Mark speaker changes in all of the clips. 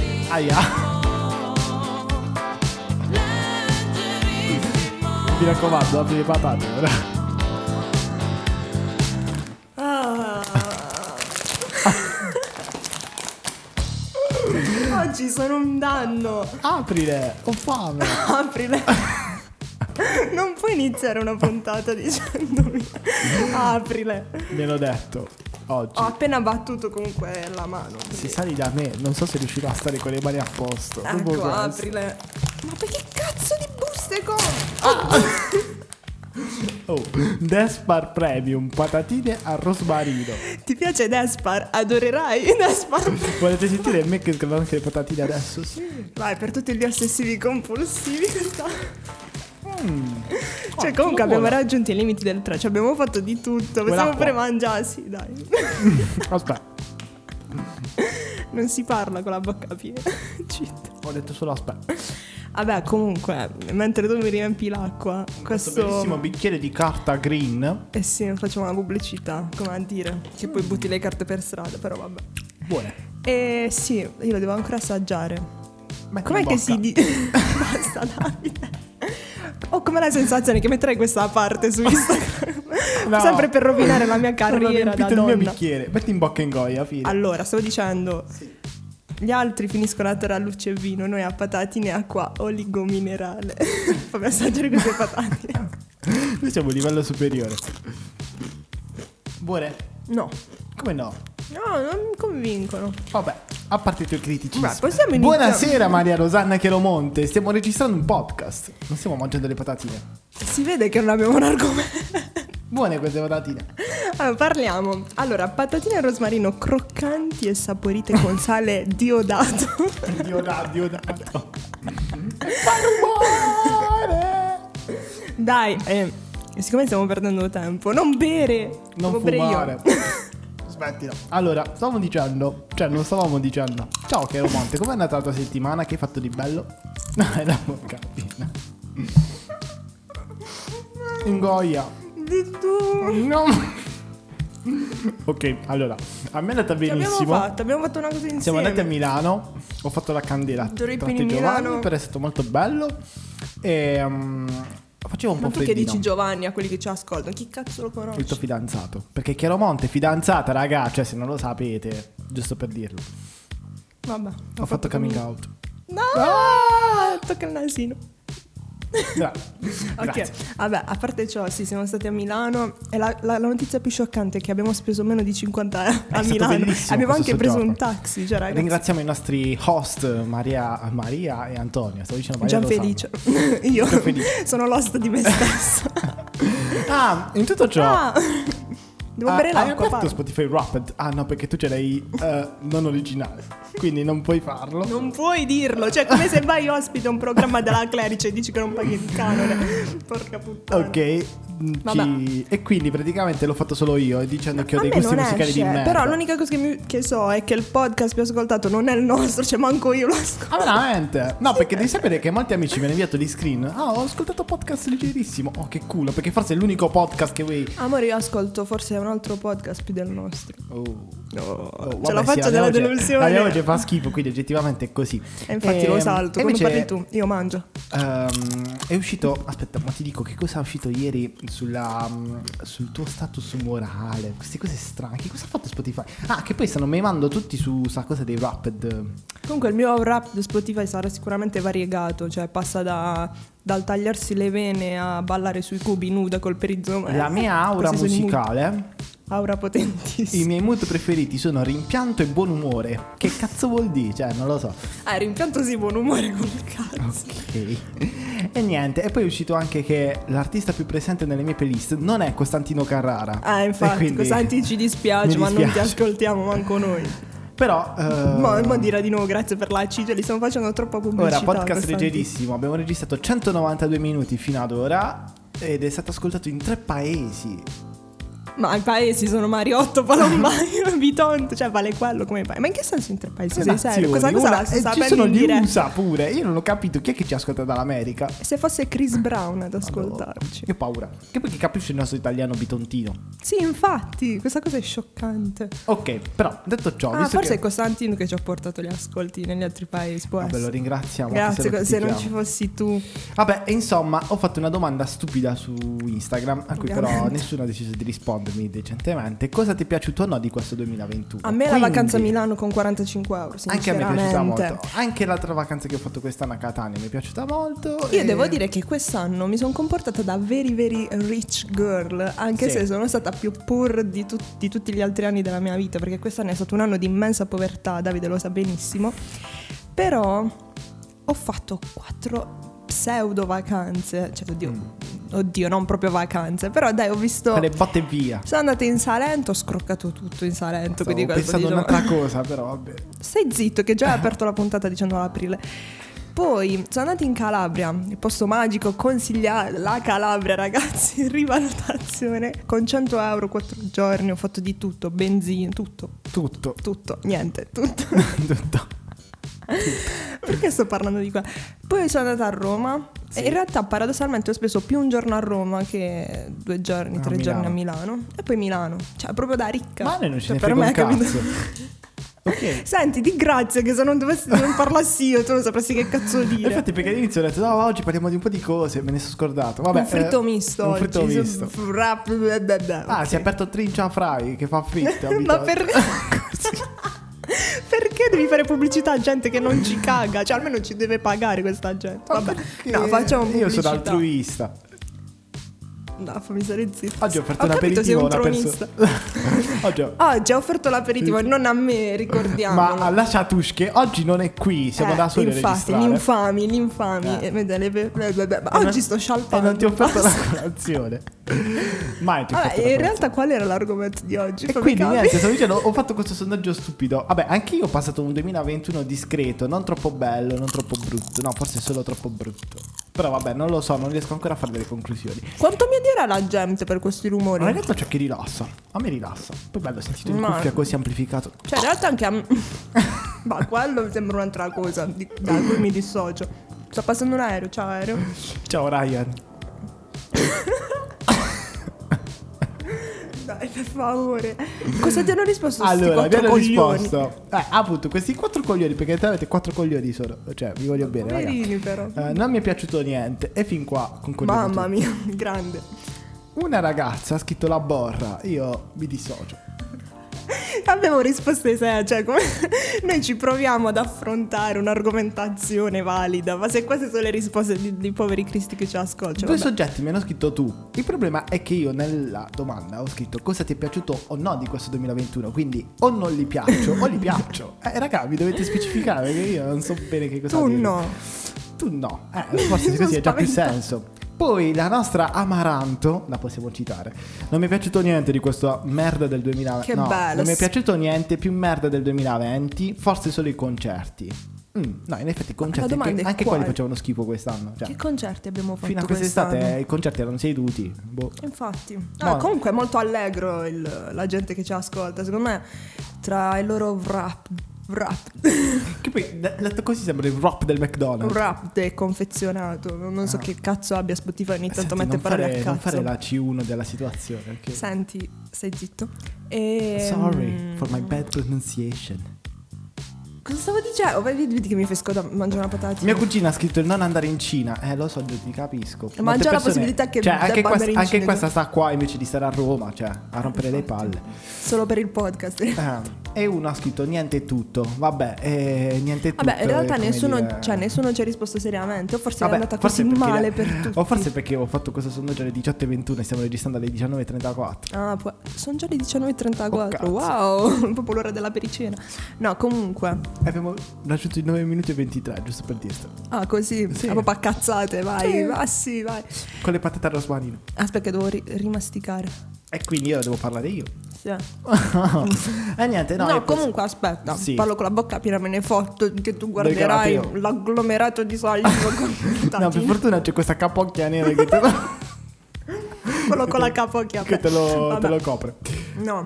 Speaker 1: migliaia. Mi raccomando, apri le patate. però.
Speaker 2: Ah. Oggi sono un danno.
Speaker 1: Aprile, ho fame.
Speaker 2: Aprile. Non puoi iniziare una puntata dicendomi aprile.
Speaker 1: Me l'ho detto oggi.
Speaker 2: Ho appena battuto comunque la mano. quindi-
Speaker 1: Si sali da me, non so se riuscirò a stare con le mani a posto. Dopo
Speaker 2: Ecco,
Speaker 1: questo.
Speaker 2: aprile. Ma perché cazzo di buste con?
Speaker 1: Oh, Despar Premium, patatine al rosmarino.
Speaker 2: Ti piace Despar? Adorerai Despar.
Speaker 1: Volete sentire me che scrivo anche le patatine adesso? Sì.
Speaker 2: Vai, per tutti gli ossessivi compulsivi.
Speaker 1: Mm.
Speaker 2: Cioè,
Speaker 1: Ah,
Speaker 2: comunque abbiamo
Speaker 1: buona.
Speaker 2: raggiunto i limiti del 3. Cioè, abbiamo fatto di tutto. Possiamo
Speaker 1: Quell'acqua.
Speaker 2: pure mangiarsi, dai.
Speaker 1: Aspetta,
Speaker 2: Non si parla con la bocca piena. Cheat.
Speaker 1: ho detto solo aspetta.
Speaker 2: Vabbè, comunque, mentre tu mi riempi l'acqua,
Speaker 1: Questo bellissimo
Speaker 2: questo.
Speaker 1: bicchiere di carta green.
Speaker 2: Eh sì, facciamo una pubblicità, come a dire. Che poi butti le carte per strada, però vabbè.
Speaker 1: Buone.
Speaker 2: Eh sì, io lo devo ancora assaggiare.
Speaker 1: Ma
Speaker 2: Com'è che si di... Basta Davide. Ho come la sensazione che metterei questa parte su Instagram.
Speaker 1: No.
Speaker 2: Sempre per rovinare la mia carriera da
Speaker 1: il mio
Speaker 2: donna.
Speaker 1: bicchiere. Metti in bocca e ingoia, fine.
Speaker 2: Allora, stavo dicendo... Gli altri finiscono a tarallucce e vino, noi a patatine, acqua, oligominerale. Fammi assaggiare queste patatine.
Speaker 1: Noi siamo a livello superiore. Buone.
Speaker 2: No.
Speaker 1: Come no?
Speaker 2: No, non mi convincono.
Speaker 1: Vabbè, a parte i tuoi critici.
Speaker 2: Beh, possiamo iniziare-
Speaker 1: Buonasera Maria Rosanna Chielomonte. Stiamo registrando un podcast. Non stiamo mangiando le patatine.
Speaker 2: Si vede che non abbiamo un argomento.
Speaker 1: Buone queste patatine.
Speaker 2: Allora, parliamo. Allora, patatine al rosmarino croccanti e saporite con sale diodato.
Speaker 1: Diodato, diodato. Fa rumore.
Speaker 2: Dai, eh, siccome stiamo perdendo tempo, non bere!
Speaker 1: Non
Speaker 2: Devo bere
Speaker 1: fumare.
Speaker 2: Io.
Speaker 1: Smettila. Allora, stavamo dicendo, cioè non stavamo dicendo. Ciao Cheromonte, com'è andata la tua settimana? Che hai fatto di bello? No, è la bocca piena. Ingoia.
Speaker 2: Di tu.
Speaker 1: No. Ok, allora, a me è andata
Speaker 2: Che abbiamo
Speaker 1: benissimo.
Speaker 2: fatto? Abbiamo fatto una cosa insieme.
Speaker 1: Siamo andati a Milano, ho fatto la candela a
Speaker 2: Doripin
Speaker 1: Tratti
Speaker 2: in Milano.
Speaker 1: Giovanni, però è stato molto bello. E um, facevo un
Speaker 2: Ma
Speaker 1: po'
Speaker 2: tu che
Speaker 1: freddino.
Speaker 2: dici Giovanni a quelli che ci ascoltano? Chi cazzo lo
Speaker 1: il tuo
Speaker 2: conosce?
Speaker 1: fidanzato. Perché Chiaromonte è fidanzata, raga. Cioè, se non lo sapete, giusto per dirlo.
Speaker 2: Vabbè.
Speaker 1: Ho, fatto coming out.
Speaker 2: No! Tocca il nasino.
Speaker 1: Gra- Grazie.
Speaker 2: Ok, vabbè, a parte ciò, sì, siamo stati a Milano e la, la- la notizia più scioccante è che abbiamo speso meno di 50 euro a
Speaker 1: stato
Speaker 2: Milano.
Speaker 1: bellissimo
Speaker 2: Abbiamo
Speaker 1: questo
Speaker 2: anche preso
Speaker 1: soggiorno.
Speaker 2: un taxi, cioè ragazzi.
Speaker 1: Ringraziamo i nostri host Maria, Maria e Antonio. Stavo dicendo Maria
Speaker 2: Gianfelice, io
Speaker 1: Gianfelice.
Speaker 2: sono l'host di me stessa.
Speaker 1: Lozano. Ah, in tutto ciò.
Speaker 2: Ah, devo
Speaker 1: ah,
Speaker 2: bere
Speaker 1: hai
Speaker 2: l'acqua.
Speaker 1: aperto
Speaker 2: parla.
Speaker 1: Spotify Rapid? Ah no, perché tu ce l'hai eh, non originale, quindi non puoi farlo.
Speaker 2: Non puoi dirlo, cioè come se vai ospite a un programma della Clerice e dici che non paghi il canone. Porca puttana.
Speaker 1: Ok, mm,
Speaker 2: Vabbè.
Speaker 1: ci- e quindi praticamente l'ho fatto solo io, dicendo che ho
Speaker 2: A
Speaker 1: dei
Speaker 2: me
Speaker 1: gusti
Speaker 2: non
Speaker 1: musicali di
Speaker 2: esce,
Speaker 1: merda.
Speaker 2: però l'unica cosa che, mi- che so è che il podcast più ascoltato non è il nostro, cioè manco io lo ascolto.
Speaker 1: Ah, veramente? No, perché devi sapere che molti amici mi hanno inviato di screen. Ah, ho ascoltato podcast leggerissimo. Oh, che culo, perché forse è l'unico podcast che vuoi.
Speaker 2: Amore, io ascolto forse un altro podcast più del nostro.
Speaker 1: Oh.
Speaker 2: No,
Speaker 1: Oh,
Speaker 2: ce
Speaker 1: vabbè,
Speaker 2: la
Speaker 1: sì,
Speaker 2: faccio della
Speaker 1: mia voce- La mia voce
Speaker 2: delusione.
Speaker 1: fa schifo, quindi oggettivamente è così.
Speaker 2: E infatti lo
Speaker 1: Ehm,
Speaker 2: salto,
Speaker 1: e
Speaker 2: quando
Speaker 1: invece,
Speaker 2: parli tu, io mangio.
Speaker 1: ehm, è uscito. Aspetta, ma ti dico che cosa è uscito ieri sulla, mm, sul tuo status morale. Queste cose strane. Che cosa ha fatto Spotify? Ah, che poi stanno mando tutti su sta cosa dei rapid.
Speaker 2: Comunque il mio rap di Spotify sarà sicuramente variegato, cioè passa da- dal tagliarsi le vene a ballare sui cubi nuda col perizoma.
Speaker 1: La mia aura
Speaker 2: Eh, Questi sono i
Speaker 1: musicale.
Speaker 2: mood- Aura potentissima.
Speaker 1: I miei mood preferiti sono rimpianto e buon umore. Che cazzo vuol dire? Cioè, non lo so.
Speaker 2: Ah, rimpianto sì, buon umore col cazzo.
Speaker 1: Ok. E niente, e poi è uscito anche che l'artista più presente nelle mie playlist non è Costantino Carrara.
Speaker 2: Ah,
Speaker 1: E
Speaker 2: infatti,
Speaker 1: quindi-
Speaker 2: Costanti ci dispiace,
Speaker 1: mi
Speaker 2: ma non ti
Speaker 1: dispiace.
Speaker 2: ascoltiamo manco noi.
Speaker 1: Però... eh,
Speaker 2: Ma mo dirà di nuovo grazie per la ciglia, li stiamo facendo troppa pubblicità.
Speaker 1: ehm, Ora, podcast
Speaker 2: Costanti.
Speaker 1: leggerissimo. Abbiamo registrato 192 minuti fino ad ora ed è stato ascoltato in tre paesi.
Speaker 2: Ma i paesi sono Mariotto, Palombaio, Vitonto, cioè vale quello come paese. Ma in che senso interpaesi? Sei serio? Cosa, cosa
Speaker 1: Ora,
Speaker 2: sta
Speaker 1: eh, ci
Speaker 2: sapendo
Speaker 1: sono
Speaker 2: in
Speaker 1: gli
Speaker 2: diretta?
Speaker 1: USA pure. Io non ho capito chi è che ci ascolta dall'America.
Speaker 2: Se fosse Chris Brown ad
Speaker 1: Allora,
Speaker 2: ascoltarci.
Speaker 1: Io ho paura. Che poi chi capisce il nostro italiano bitontino.
Speaker 2: Sì, infatti, questa cosa è scioccante.
Speaker 1: Ok, però detto ciò,
Speaker 2: Ah,
Speaker 1: visto
Speaker 2: forse è
Speaker 1: che...
Speaker 2: Costantino che ci ha portato gli ascolti negli altri paesi, può
Speaker 1: Vabbè, lo
Speaker 2: essere.
Speaker 1: ringraziamo. anche
Speaker 2: Grazie,
Speaker 1: lo
Speaker 2: se non ci
Speaker 1: critichiamo.
Speaker 2: fossi tu.
Speaker 1: Vabbè, e insomma, ho fatto una domanda stupida su Instagram, a cui però
Speaker 2: Ovviamente.
Speaker 1: nessuno ha deciso di rispondermi decentemente. Cosa ti è piaciuto o no di questo 2021?
Speaker 2: A me la
Speaker 1: Quindi,
Speaker 2: vacanza a Milano con 45 euro,
Speaker 1: Anche a me è piaciuta
Speaker 2: sinceramente.
Speaker 1: molto. Anche l'altra vacanza che ho fatto quest'anno a Catania mi è piaciuta molto.
Speaker 2: Io
Speaker 1: e-
Speaker 2: devo dire che quest'anno mi sono comportata da very very rich girl, anche
Speaker 1: Sì.
Speaker 2: se sono stata più poor di, tut- di tutti gli altri anni della mia vita, perché quest'anno è stato un anno di immensa povertà, Davide lo sa benissimo. Però ho fatto quattro pseudo vacanze, cioè oddio,
Speaker 1: Mm.
Speaker 2: oddio, non proprio vacanze, però dai, ho visto
Speaker 1: Quelle botte via.
Speaker 2: sono andata in Salento, ho scroccato tutto in Salento,
Speaker 1: Stavo
Speaker 2: quindi questo
Speaker 1: pensando a
Speaker 2: diciamo-
Speaker 1: un'altra cosa, però vabbè.
Speaker 2: Stai zitto, che già hai aperto la puntata 19 aprile. Poi sono andati in Calabria, il posto magico, consigliato la Calabria, ragazzi, rivalutazione. Con 100 euro, 4 giorni, ho fatto di tutto, benzina, tutto,
Speaker 1: Tutto.
Speaker 2: tutto, niente, tutto.
Speaker 1: Tutto.
Speaker 2: Perché sto parlando di qua? Poi sono andata a Roma
Speaker 1: Sì.
Speaker 2: e in realtà paradossalmente ho speso più un giorno a Roma che due giorni,
Speaker 1: A
Speaker 2: tre giorni a
Speaker 1: Milano.
Speaker 2: Milano. E poi Milano, cioè proprio da ricca.
Speaker 1: Ma a noi non ce
Speaker 2: Cioè,
Speaker 1: ne
Speaker 2: per
Speaker 1: frega un
Speaker 2: me, capito?
Speaker 1: cazzo. Ok.
Speaker 2: Senti, di grazia che se non, dovessi, non parlassi io tu non sapresti che cazzo dire.
Speaker 1: Infatti, perché all'inizio ho detto, no, ma oggi parliamo di un po' di cose, me ne sono scordato. Vabbè,
Speaker 2: un fritto
Speaker 1: eh,
Speaker 2: misto
Speaker 1: Un
Speaker 2: oggi.
Speaker 1: fritto
Speaker 2: so-
Speaker 1: misto.
Speaker 2: f- rap, bla, bla, bla,
Speaker 1: Ah,
Speaker 2: ok.
Speaker 1: si è aperto Trincia Fry che fa fritto.
Speaker 2: Ma per- Perché devi fare pubblicità a gente che non ci caga? Cioè, almeno ci deve pagare questa gente. Vabbè, no, facciamo pubblicità.
Speaker 1: eh, Io sono altruista.
Speaker 2: No, fammi stare zitto.
Speaker 1: Oggi ho fatto
Speaker 2: Ho
Speaker 1: un
Speaker 2: capito, sei
Speaker 1: aperitivo a
Speaker 2: un
Speaker 1: una
Speaker 2: tronista.
Speaker 1: persona. Oggi ho...
Speaker 2: Oggi ha offerto l'aperitivo, non a me, ricordiamo.
Speaker 1: Ma alla Chatush che oggi non è qui, siamo
Speaker 2: Eh,
Speaker 1: da soli a
Speaker 2: Infatti,
Speaker 1: registrare.
Speaker 2: gli infami, gli infami.
Speaker 1: Eh.
Speaker 2: Eh, vede, le- le- le- le- le-
Speaker 1: E non-
Speaker 2: Oggi sto
Speaker 1: E
Speaker 2: scialpando.
Speaker 1: non ti ho fatto la
Speaker 2: Basta.
Speaker 1: colazione. Mai ti ho fatto
Speaker 2: Vabbè,
Speaker 1: la
Speaker 2: in
Speaker 1: colazione.
Speaker 2: realtà qual era l'argomento di oggi?
Speaker 1: E
Speaker 2: Fammi
Speaker 1: quindi
Speaker 2: capire.
Speaker 1: niente, stavo dicendo, ho fatto questo sondaggio stupido. Vabbè, anche io ho passato un 2021 discreto, non troppo bello, non troppo brutto. No, forse solo troppo brutto. Però vabbè, non lo so, non riesco ancora a fare delle conclusioni.
Speaker 2: Quanto mi odierà la gente per questi rumori?
Speaker 1: Ma in realtà ciò che rilassa. A me rilassa. Poi bello sentito in
Speaker 2: Ma-
Speaker 1: cuffia così amplificato.
Speaker 2: Cioè, in realtà anche a me... Ma quello mi sembra un'altra cosa, di- da cui mi dissocio. Sta passando un aereo, ciao aereo.
Speaker 1: Ciao Ryan.
Speaker 2: Dai, per favore. Cosa ti hanno risposto
Speaker 1: Allora,
Speaker 2: sti
Speaker 1: vi
Speaker 2: quattro
Speaker 1: hanno
Speaker 2: coglioni?
Speaker 1: risposto. Eh, appunto, questi quattro coglioni, perché avete quattro coglioni solo. Cioè, vi voglio bene, ragazzi.
Speaker 2: Poverini però.
Speaker 1: Eh, non mi è piaciuto niente. E fin qua concludiamo.
Speaker 2: Mamma
Speaker 1: tutto.
Speaker 2: mia, grande.
Speaker 1: Una ragazza ha scritto la borra. Io mi dissocio.
Speaker 2: Abbiamo risposte serie, cioè come... noi ci proviamo ad affrontare un'argomentazione valida, ma se queste sono le risposte di, di poveri cristi che ci ascoltano...
Speaker 1: Due
Speaker 2: Cioè, vabbè.
Speaker 1: soggetti mi hanno scritto tu. Il problema è che io nella domanda ho scritto cosa ti è piaciuto o no di questo 2021. Quindi o non li piaccio o li piaccio. Eh, raga, mi dovete specificare perché io non so bene che cosa
Speaker 2: Tu
Speaker 1: dire.
Speaker 2: no.
Speaker 1: Tu no. Eh, forse
Speaker 2: Mi
Speaker 1: così ha già più
Speaker 2: spaventa.
Speaker 1: senso. Poi la nostra Amaranto, la possiamo citare. Non mi è piaciuto niente di questa merda del 2020.
Speaker 2: Che
Speaker 1: no,
Speaker 2: bello.
Speaker 1: Non mi è piaciuto niente, più merda del 2020, forse solo i concerti. Mm, no, in effetti i concerti
Speaker 2: domanda
Speaker 1: anche,
Speaker 2: è
Speaker 1: anche quelli
Speaker 2: quale?
Speaker 1: facevano schifo quest'anno. Cioè,
Speaker 2: Che concerti abbiamo fatto
Speaker 1: Fino a
Speaker 2: quest'anno?
Speaker 1: quest'estate eh, i concerti erano seduti. Boh.
Speaker 2: Infatti,
Speaker 1: No.
Speaker 2: Ah, comunque è molto allegro il- la gente che ci ascolta. Secondo me, tra il loro rap, rap,
Speaker 1: Che poi de- detto così sembra il rap del McDonald's.
Speaker 2: rap deconfezionato, non non so
Speaker 1: Ah.
Speaker 2: che cazzo abbia Spotify, ogni tanto
Speaker 1: Eh, Senti,
Speaker 2: mette
Speaker 1: non
Speaker 2: parole
Speaker 1: fare,
Speaker 2: a
Speaker 1: non
Speaker 2: cazzo.
Speaker 1: fare la C1 della situazione. ok?
Speaker 2: Senti, stai zitto. E, mm.
Speaker 1: Sorry for my bad pronunciation.
Speaker 2: Cosa stavo dicendo? Vedi, vedi che mi fesco da mangiare una patata.
Speaker 1: Mia cugina ha scritto non andare in Cina. Eh, lo so, Gio, ti capisco.
Speaker 2: Ma
Speaker 1: Molte
Speaker 2: già la
Speaker 1: persone-
Speaker 2: possibilità che
Speaker 1: Cioè,
Speaker 2: debba
Speaker 1: anche, questa,
Speaker 2: andare in
Speaker 1: anche
Speaker 2: Cina.
Speaker 1: questa sta qua invece di stare a Roma, cioè, a rompere le palle.
Speaker 2: Solo per il podcast.
Speaker 1: Ah, e uno ha scritto niente è tutto. Vabbè, eh, niente è tutto.
Speaker 2: Vabbè, in
Speaker 1: è
Speaker 2: realtà
Speaker 1: come
Speaker 2: nessuno,
Speaker 1: dire-
Speaker 2: cioè, nessuno ci ha risposto seriamente. O forse
Speaker 1: Vabbè,
Speaker 2: è andata
Speaker 1: forse
Speaker 2: così
Speaker 1: perché-
Speaker 2: male per tutti.
Speaker 1: O forse perché ho fatto questo sondaggio alle 18.21 e stiamo registrando alle 19.34.
Speaker 2: Ah, può- sono già le
Speaker 1: Oh,
Speaker 2: 19.34.
Speaker 1: cazzo.
Speaker 2: wow, proprio l'ora della pericena. No, comunque.
Speaker 1: Abbiamo raggiunto i 9 minuti e 23, giusto per dirtelo.
Speaker 2: Ah, così.
Speaker 1: Sì.
Speaker 2: Ah, proprio a cazzate, vai. Ah, sì, vai.
Speaker 1: Con le patate al rosmarino.
Speaker 2: Aspetta, che devo ri- rimasticare.
Speaker 1: E quindi io devo parlare io.
Speaker 2: Sì. No,
Speaker 1: e niente, eh. no. io penso-
Speaker 2: Eh, comunque, aspetta.
Speaker 1: Sì.
Speaker 2: Parlo con la bocca piena, me ne fotto. Che tu
Speaker 1: Del
Speaker 2: guarderai l'agglomerato di saliva. con-
Speaker 1: No, per fortuna c'è questa capocchia nera che te lo...
Speaker 2: quello con la capo chiappa.
Speaker 1: Che te lo, te
Speaker 2: Vabbè.
Speaker 1: lo copre.
Speaker 2: No,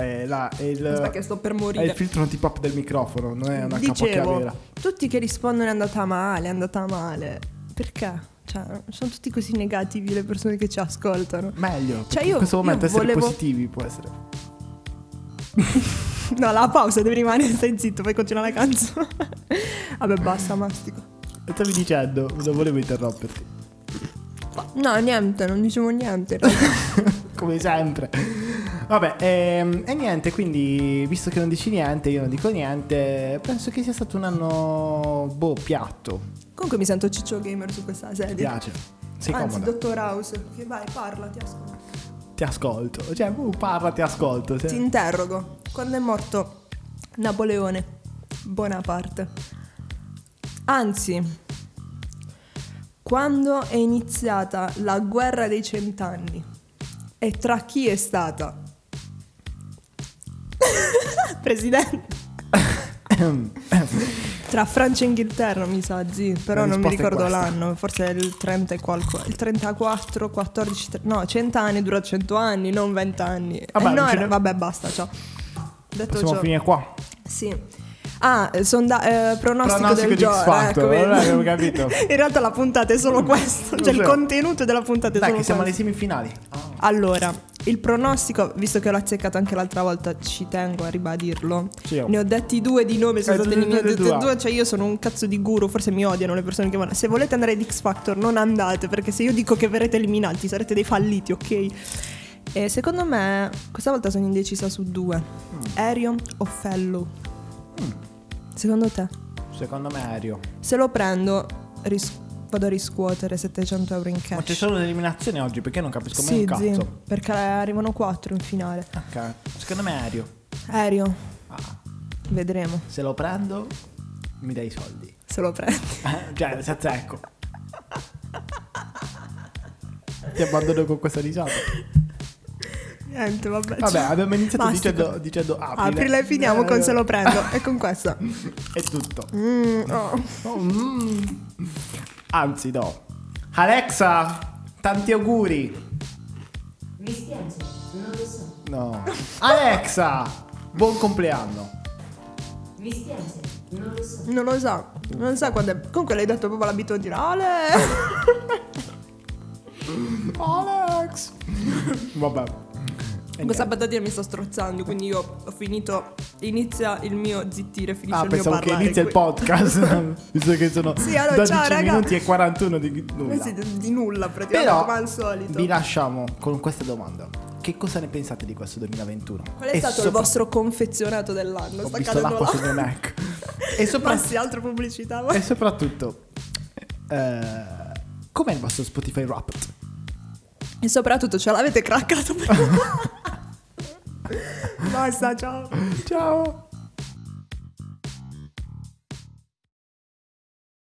Speaker 1: Eh, là, è il,
Speaker 2: aspetta che sto per
Speaker 1: è il
Speaker 2: morire.
Speaker 1: filtro anti-pop del microfono, non è una capocchia
Speaker 2: Dicevo,
Speaker 1: vera.
Speaker 2: tutti che rispondono è andata male, è andata male. Perché? Cioè, sono tutti così negativi le persone che ci ascoltano.
Speaker 1: Meglio, perché
Speaker 2: Cioè, io-
Speaker 1: in questo momento
Speaker 2: io
Speaker 1: essere
Speaker 2: volevo-
Speaker 1: positivi può essere.
Speaker 2: No, la pausa devi rimanere, stai zitto, poi continua la canzone. Vabbè, basta, mastico.
Speaker 1: Stavi dicendo, non volevo interromperti.
Speaker 2: No, niente, non dicevo niente.
Speaker 1: Come sempre. Vabbè, ehm, e niente, quindi visto che non dici niente, io non dico niente, penso che sia stato un anno boh, piatto.
Speaker 2: Comunque mi sento ciccio gamer su questa
Speaker 1: Ti
Speaker 2: sedia.
Speaker 1: piace. Sei
Speaker 2: Anzi,
Speaker 1: comoda.
Speaker 2: dottor House, che vai, parla, ti ascolto.
Speaker 1: Ti ascolto. Cioè, uh, parla, ti ascolto. Cioè,
Speaker 2: Ti interrogo. Quando è morto Napoleone Bonaparte? Anzi, quando è iniziata la guerra dei cent'anni? E tra chi è stata? Presidente. Tra Francia e Inghilterra, mi sa, zii, però
Speaker 1: La
Speaker 2: non
Speaker 1: risposta
Speaker 2: mi
Speaker 1: è
Speaker 2: ricordo
Speaker 1: questa.
Speaker 2: l'anno, forse è il 30 e qualcosa, il 34, 14, tre- no, 100 anni dura 100 anni, non 20 anni.
Speaker 1: Vabbè,
Speaker 2: Eh, no,
Speaker 1: non ce
Speaker 2: era-
Speaker 1: ne-
Speaker 2: vabbè, basta, ciao. Detto
Speaker 1: Possiamo
Speaker 2: ciò,
Speaker 1: finire qua.
Speaker 2: sì. Ah, eh, sonda- eh, pronostico,
Speaker 1: Pronostico
Speaker 2: del
Speaker 1: di X
Speaker 2: gioco.
Speaker 1: Factor,
Speaker 2: ecco,
Speaker 1: allora
Speaker 2: vedi.
Speaker 1: avevo capito.
Speaker 2: In realtà la puntata è solo questo, cioè il
Speaker 1: so.
Speaker 2: contenuto della puntata è
Speaker 1: Dai,
Speaker 2: solo
Speaker 1: che siamo alle
Speaker 2: questo.
Speaker 1: semifinali.
Speaker 2: Ah. Allora, il pronostico, visto che l'ho azzeccato anche l'altra volta, ci tengo a ribadirlo.
Speaker 1: Sì, oh.
Speaker 2: Ne ho detti due di nome, sono
Speaker 1: Eh,
Speaker 2: stati
Speaker 1: due,
Speaker 2: ne ho
Speaker 1: due,
Speaker 2: detti
Speaker 1: due.
Speaker 2: due, cioè io sono un cazzo di guru, forse mi odiano le persone che vanno. Se volete andare ad X Factor non andate, perché se io dico che verrete eliminati sarete dei falliti, ok? E secondo me questa volta sono indecisa su due.
Speaker 1: Mm.
Speaker 2: Aereo o Fellow? Secondo te?
Speaker 1: Secondo me aereo.
Speaker 2: Se lo prendo ris- vado a riscuotere 700 euro in
Speaker 1: Ma c'è
Speaker 2: cash.
Speaker 1: solo l'eliminazione oggi perché non capisco mai
Speaker 2: Sì,
Speaker 1: un
Speaker 2: zii,
Speaker 1: cazzo.
Speaker 2: perché arrivano 4 in finale.
Speaker 1: Ok, Secondo me aereo.
Speaker 2: Aereo,
Speaker 1: Ah,
Speaker 2: vedremo
Speaker 1: se lo prendo, mi dai i soldi.
Speaker 2: se lo prendi.
Speaker 1: Eh, cioè, se
Speaker 2: ecco.
Speaker 1: azzecco. Ti abbandono con questa risata.
Speaker 2: Niente, vabbè.
Speaker 1: Vabbè,
Speaker 2: ciao.
Speaker 1: abbiamo iniziato
Speaker 2: Cioè, Basta.
Speaker 1: dicendo, dicendo aprile.
Speaker 2: Aprile e finiamo con
Speaker 1: Eh.
Speaker 2: se lo prendo. E con questa.
Speaker 1: È tutto.
Speaker 2: Mm, no.
Speaker 1: Oh, mm. Anzi, no. Alexa, tanti auguri.
Speaker 3: Mi spiace, non lo so.
Speaker 1: No. Alexa, buon compleanno.
Speaker 3: Mi spiace, non lo so.
Speaker 2: Non lo so. Non so quando è. Comunque l'hai detto proprio l'abitudine. Ale!
Speaker 1: Alex. Vabbè. E
Speaker 2: Questa
Speaker 1: niente.
Speaker 2: patatina mi sta strozzando, quindi io ho finito. Inizia il mio zittire, finisce
Speaker 1: Ah,
Speaker 2: il mio
Speaker 1: pensavo
Speaker 2: parlare.
Speaker 1: che inizia il
Speaker 2: qui.
Speaker 1: podcast. Visto che sono
Speaker 2: Sì, allora,
Speaker 1: 12
Speaker 2: ciao, raga.
Speaker 1: minuti e 41 di nulla.
Speaker 2: Eh sì, di nulla praticamente,
Speaker 1: Però
Speaker 2: come al solito.
Speaker 1: vi lasciamo con questa domanda. Che cosa ne pensate di questo 2021?
Speaker 2: Qual è
Speaker 1: E
Speaker 2: stato il
Speaker 1: sopra-
Speaker 2: vostro confezionato dell'anno?
Speaker 1: Ho
Speaker 2: sta
Speaker 1: visto
Speaker 2: cadendo
Speaker 1: l'acqua
Speaker 2: là.
Speaker 1: sul mio Mac. E, sopra-
Speaker 2: Ma sì, altra pubblicità. va.
Speaker 1: e soprattutto, eh, com'è il vostro Spotify Wrapped?
Speaker 2: E soprattutto ce l'avete craccato prima. Basta, ciao.
Speaker 1: Ciao!